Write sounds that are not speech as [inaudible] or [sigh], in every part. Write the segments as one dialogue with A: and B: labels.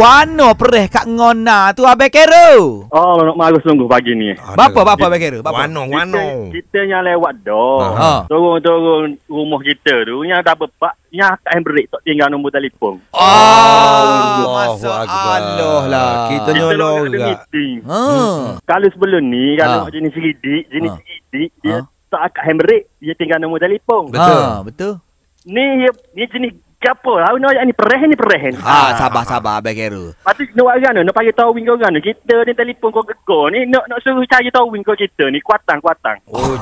A: Wano perih kat ngona tu Abang Kero.
B: Oh, nak marah sungguh pagi ni.
A: Bapa, bapa, Abang Kero, bapa.
C: Wano,
B: Kita,
C: wano.
B: kita yang lewat dah.
A: Aha.
B: Turun-turun rumah kita tu. Yang tak berpak. Yang tak handbrake. Tak tinggal nombor telefon.
A: Oh,
C: Allahu
A: masa
C: Akbar.
A: Allah lah.
C: Kita Hmm,
B: Kita
C: Tolong
B: nak ada
C: juga.
B: meeting.
A: Ha.
B: Kalau sebelum ni, kalau
A: Ha.
B: nak jenis sidik, jenis
A: Ha.
B: sidik, dia
A: Ha.
B: tak akan handbrake. Dia tinggal nombor telefon.
C: Betul.
A: Ha, betul.
B: Ni, dia- ni jenis gapo lah. Ni ayat ni perih ni perih ni.
A: Ha,
B: Ah.
C: Ah.
A: sabar sabar Abang Kero.
B: Lepas tu nak buat orang tu, nak panggil towing kau orang tu. Kita ni telefon kau gegor ni, nak nak suruh cari towing kau kita ni, kuatang-kuatang.
C: Oh,
A: [laughs]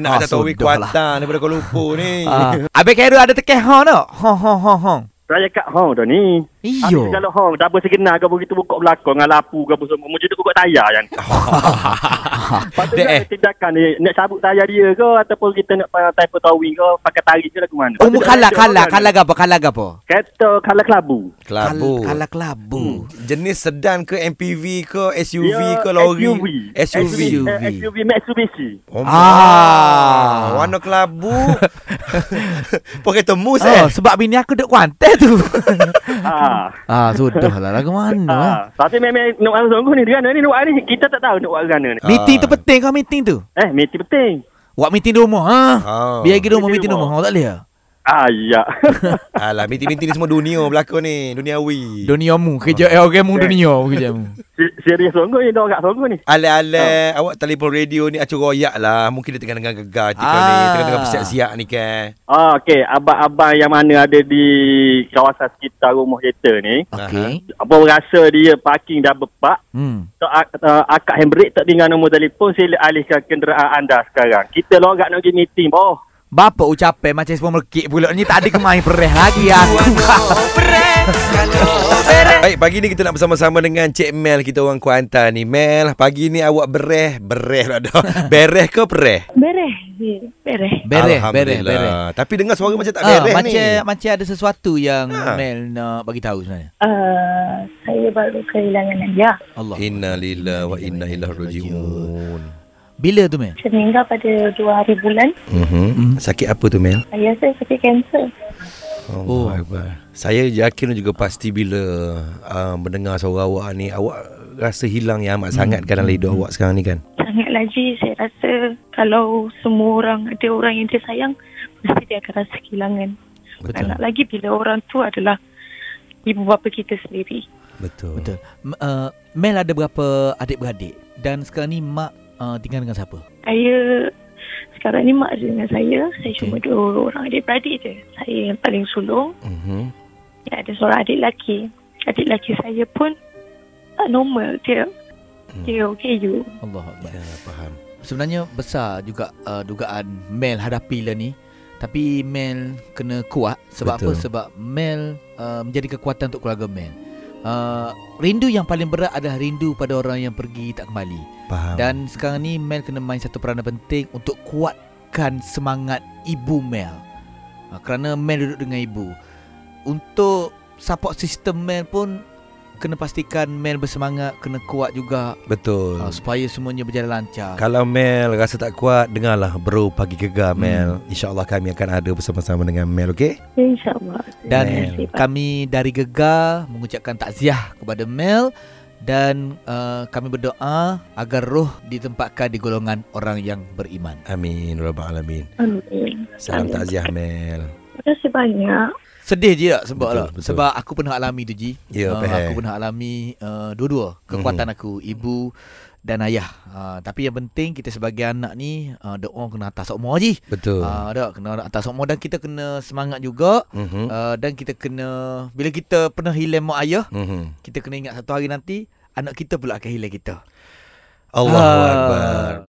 A: Ah,
C: nak ada tahu
A: sudah lah.
C: kuatan daripada Kuala Lumpur
A: [laughs]
C: ni.
A: Ha. Abang Kero ada tekeh ha tak? Ha ha ha ha.
B: Saya kat hong dah ni.
A: Iyo.
B: Habis kalau hong, dah apa segenap kau begitu buka belakang dengan lapu kau apa semua. Macam tu kau kat tayar kan. Lepas tu
A: Dek, eh.
B: nak tindakan dia, nak cabut tayar dia ke ataupun kita nak pakai type towing ke, pakai tarik je lah ke mana.
A: Umur
B: Lepas tu
A: kala
B: dia
A: kala
B: orang
A: kala
B: ni,
A: gapo kala gapo?
B: Kereta kala kelabu.
C: Kelabu. Hmm.
A: Kala kelabu.
C: Jenis sedan ke MPV ke SUV
B: Dia
C: ke lori?
B: SUV.
C: SUV.
A: SUV.
B: eh, SUV Mitsubishi.
C: Oh,
A: Ah.
C: ah. Warna kelabu.
A: [laughs]
C: Pakai temus
A: Oh,
C: eh.
A: sebab bini aku duk kuantai
C: [laughs]
A: tu.
B: ha.
A: Ah, sudah lah. Lagu
C: Ah.
A: mana?
B: Ha. Tapi memang nak orang sungguh ni, dia kan, ni nak buat ni, kita tak tahu nak buat mana ni.
A: Meeting tu penting kau meeting tu.
B: Eh, meeting penting.
A: Buat meeting di rumah ha.
C: Oh.
A: Biar pergi rumah
B: Meeting
A: meeting
B: di
A: rumah. Ha
B: rumah.
A: tak boleh. ah?
B: Ah, [laughs] ya.
C: Alah, binti-binti ni semua dunia belakang ni. Duniawi.
A: Duniamu kerja eh orang mu dunia mu kerja mu.
B: Si- Serius sungguh ni, dah orang sungguh ni.
C: Alih-alih awak telefon radio ni acu royak lah. Mungkin dia tengah-tengah gegar tika ni.
A: Ah.
C: Tengah-tengah bersiap-siap ni kan.
B: Ah, okey, abang-abang yang mana ada di kawasan sekitar rumah kita ni,
A: [laughs] Okey.
B: apa rasa dia parking dah bepak,
A: Hmm.
B: tak ak- uh, akak handbrake tak dengar nombor telefon, sila alihkan kenderaan anda sekarang. Kita lorak nak pergi meeting. Oh,
A: Bapa ucapai macam semua merkik pula ni tadi kemai perih lagi ah. aku.
C: Baik, pagi ni kita nak bersama-sama dengan Cik Mel kita orang Kuantan ni. Mel, pagi ni awak bereh, bereh lah
A: [laughs]
C: dah. Bereh ke pereh?
D: Beres. je, Beres.
A: Bereh, bereh,
C: Alhamdulillah.
A: bereh.
C: Tapi dengar suara macam tak
A: Ah,
C: bereh ni.
A: macam macam ada sesuatu yang
C: Ah.
A: Mel nak bagi tahu sebenarnya.
D: Uh, saya baru kehilangan ayah.
A: Allah.
C: Inna lillahi wa inna ilaihi rajiun.
A: Bila tu Mel?
D: Saya meninggal lah pada dua hari bulan.
A: Mm-hmm.
C: Mhm. Sakit apa tu Mel?
D: Ayah saya sakit kanser.
A: Oh.
C: Oh, Akbar. Saya yakin juga pasti bila uh, mendengar suara awak ni awak rasa hilang yang amat sangat
A: Mm-hmm.
C: kan dalam hidup awak sekarang ni kan.
D: Sangat laji. Saya rasa kalau semua orang, ada orang yang dia sayang, mesti dia akan rasa kehilangan.
C: Betul.
D: Anak lagi bila orang tu adalah ibu bapa kita sendiri.
C: Betul.
A: Betul. M- Uh, Mel ada berapa adik-beradik dan sekarang ni mak uh, tinggal dengan siapa?
D: Saya sekarang ni mak ada dengan saya. Saya
A: Okey.
D: cuma dua orang adik-beradik je. Saya yang paling sulung.
C: Mhm.
D: Ya, ada seorang adik lelaki. Adik lelaki saya pun tak normal. Dia dia okay you.
A: Allah Akbar.
C: Ya, faham.
A: Sebenarnya besar juga uh, dugaan Mel hadapi lah ni. Tapi Mel kena kuat sebab Betul.
C: Betul.
A: apa? Sebab Mel uh, menjadi kekuatan untuk keluarga Mel. Uh, rindu yang paling berat adalah rindu pada orang yang pergi tak kembali.
C: Faham.
A: Dan sekarang ni Mel kena main satu peranan penting untuk kuatkan semangat ibu Mel. Ha, kerana Mel duduk dengan ibu. Untuk support system Mel pun kena pastikan Mel bersemangat, kena kuat juga
C: betul.
A: ha, supaya semuanya berjalan lancar.
C: Ah. Kalau Mel rasa tak kuat, dengarlah bro pagi gegar
A: Hmm.
C: Mel. InsyaAllah kami akan ada bersama-sama dengan Mel, okey?
D: Ya, InsyaAllah.
A: Dan
C: Mel.
D: Terima kasih, Pak.
A: kami dari Gegar mengucapkan takziah kepada Mel dan uh, kami berdoa agar roh ditempatkan di golongan orang yang beriman.
C: Amin. Rabbal Alamin.
D: Amin.
C: Salam
D: Amin.
C: takziah Mel.
D: Terima kasih banyak.
A: Sedih je tak sebab
C: Betul,
A: betul, tak?
C: betul.
A: sebab aku pernah alami tu Ji.
C: Ya,
A: uh,
C: faham. Mhm.
A: aku pernah alami uh, dua-dua kekuatan aku ibu dan ayah. Uh, tapi yang penting kita sebagai anak ni uh, doa kena atas semua Ji.
C: Betul.
A: Ah uh, kena atas semua dan kita kena semangat juga
C: Mhm.
A: uh, dan kita kena bila kita pernah hilang mak ayah,
C: Mhm.
A: kita kena ingat satu hari nanti anak kita pula akan hilang kita.
C: Allahu
A: Ah.
C: Akbar.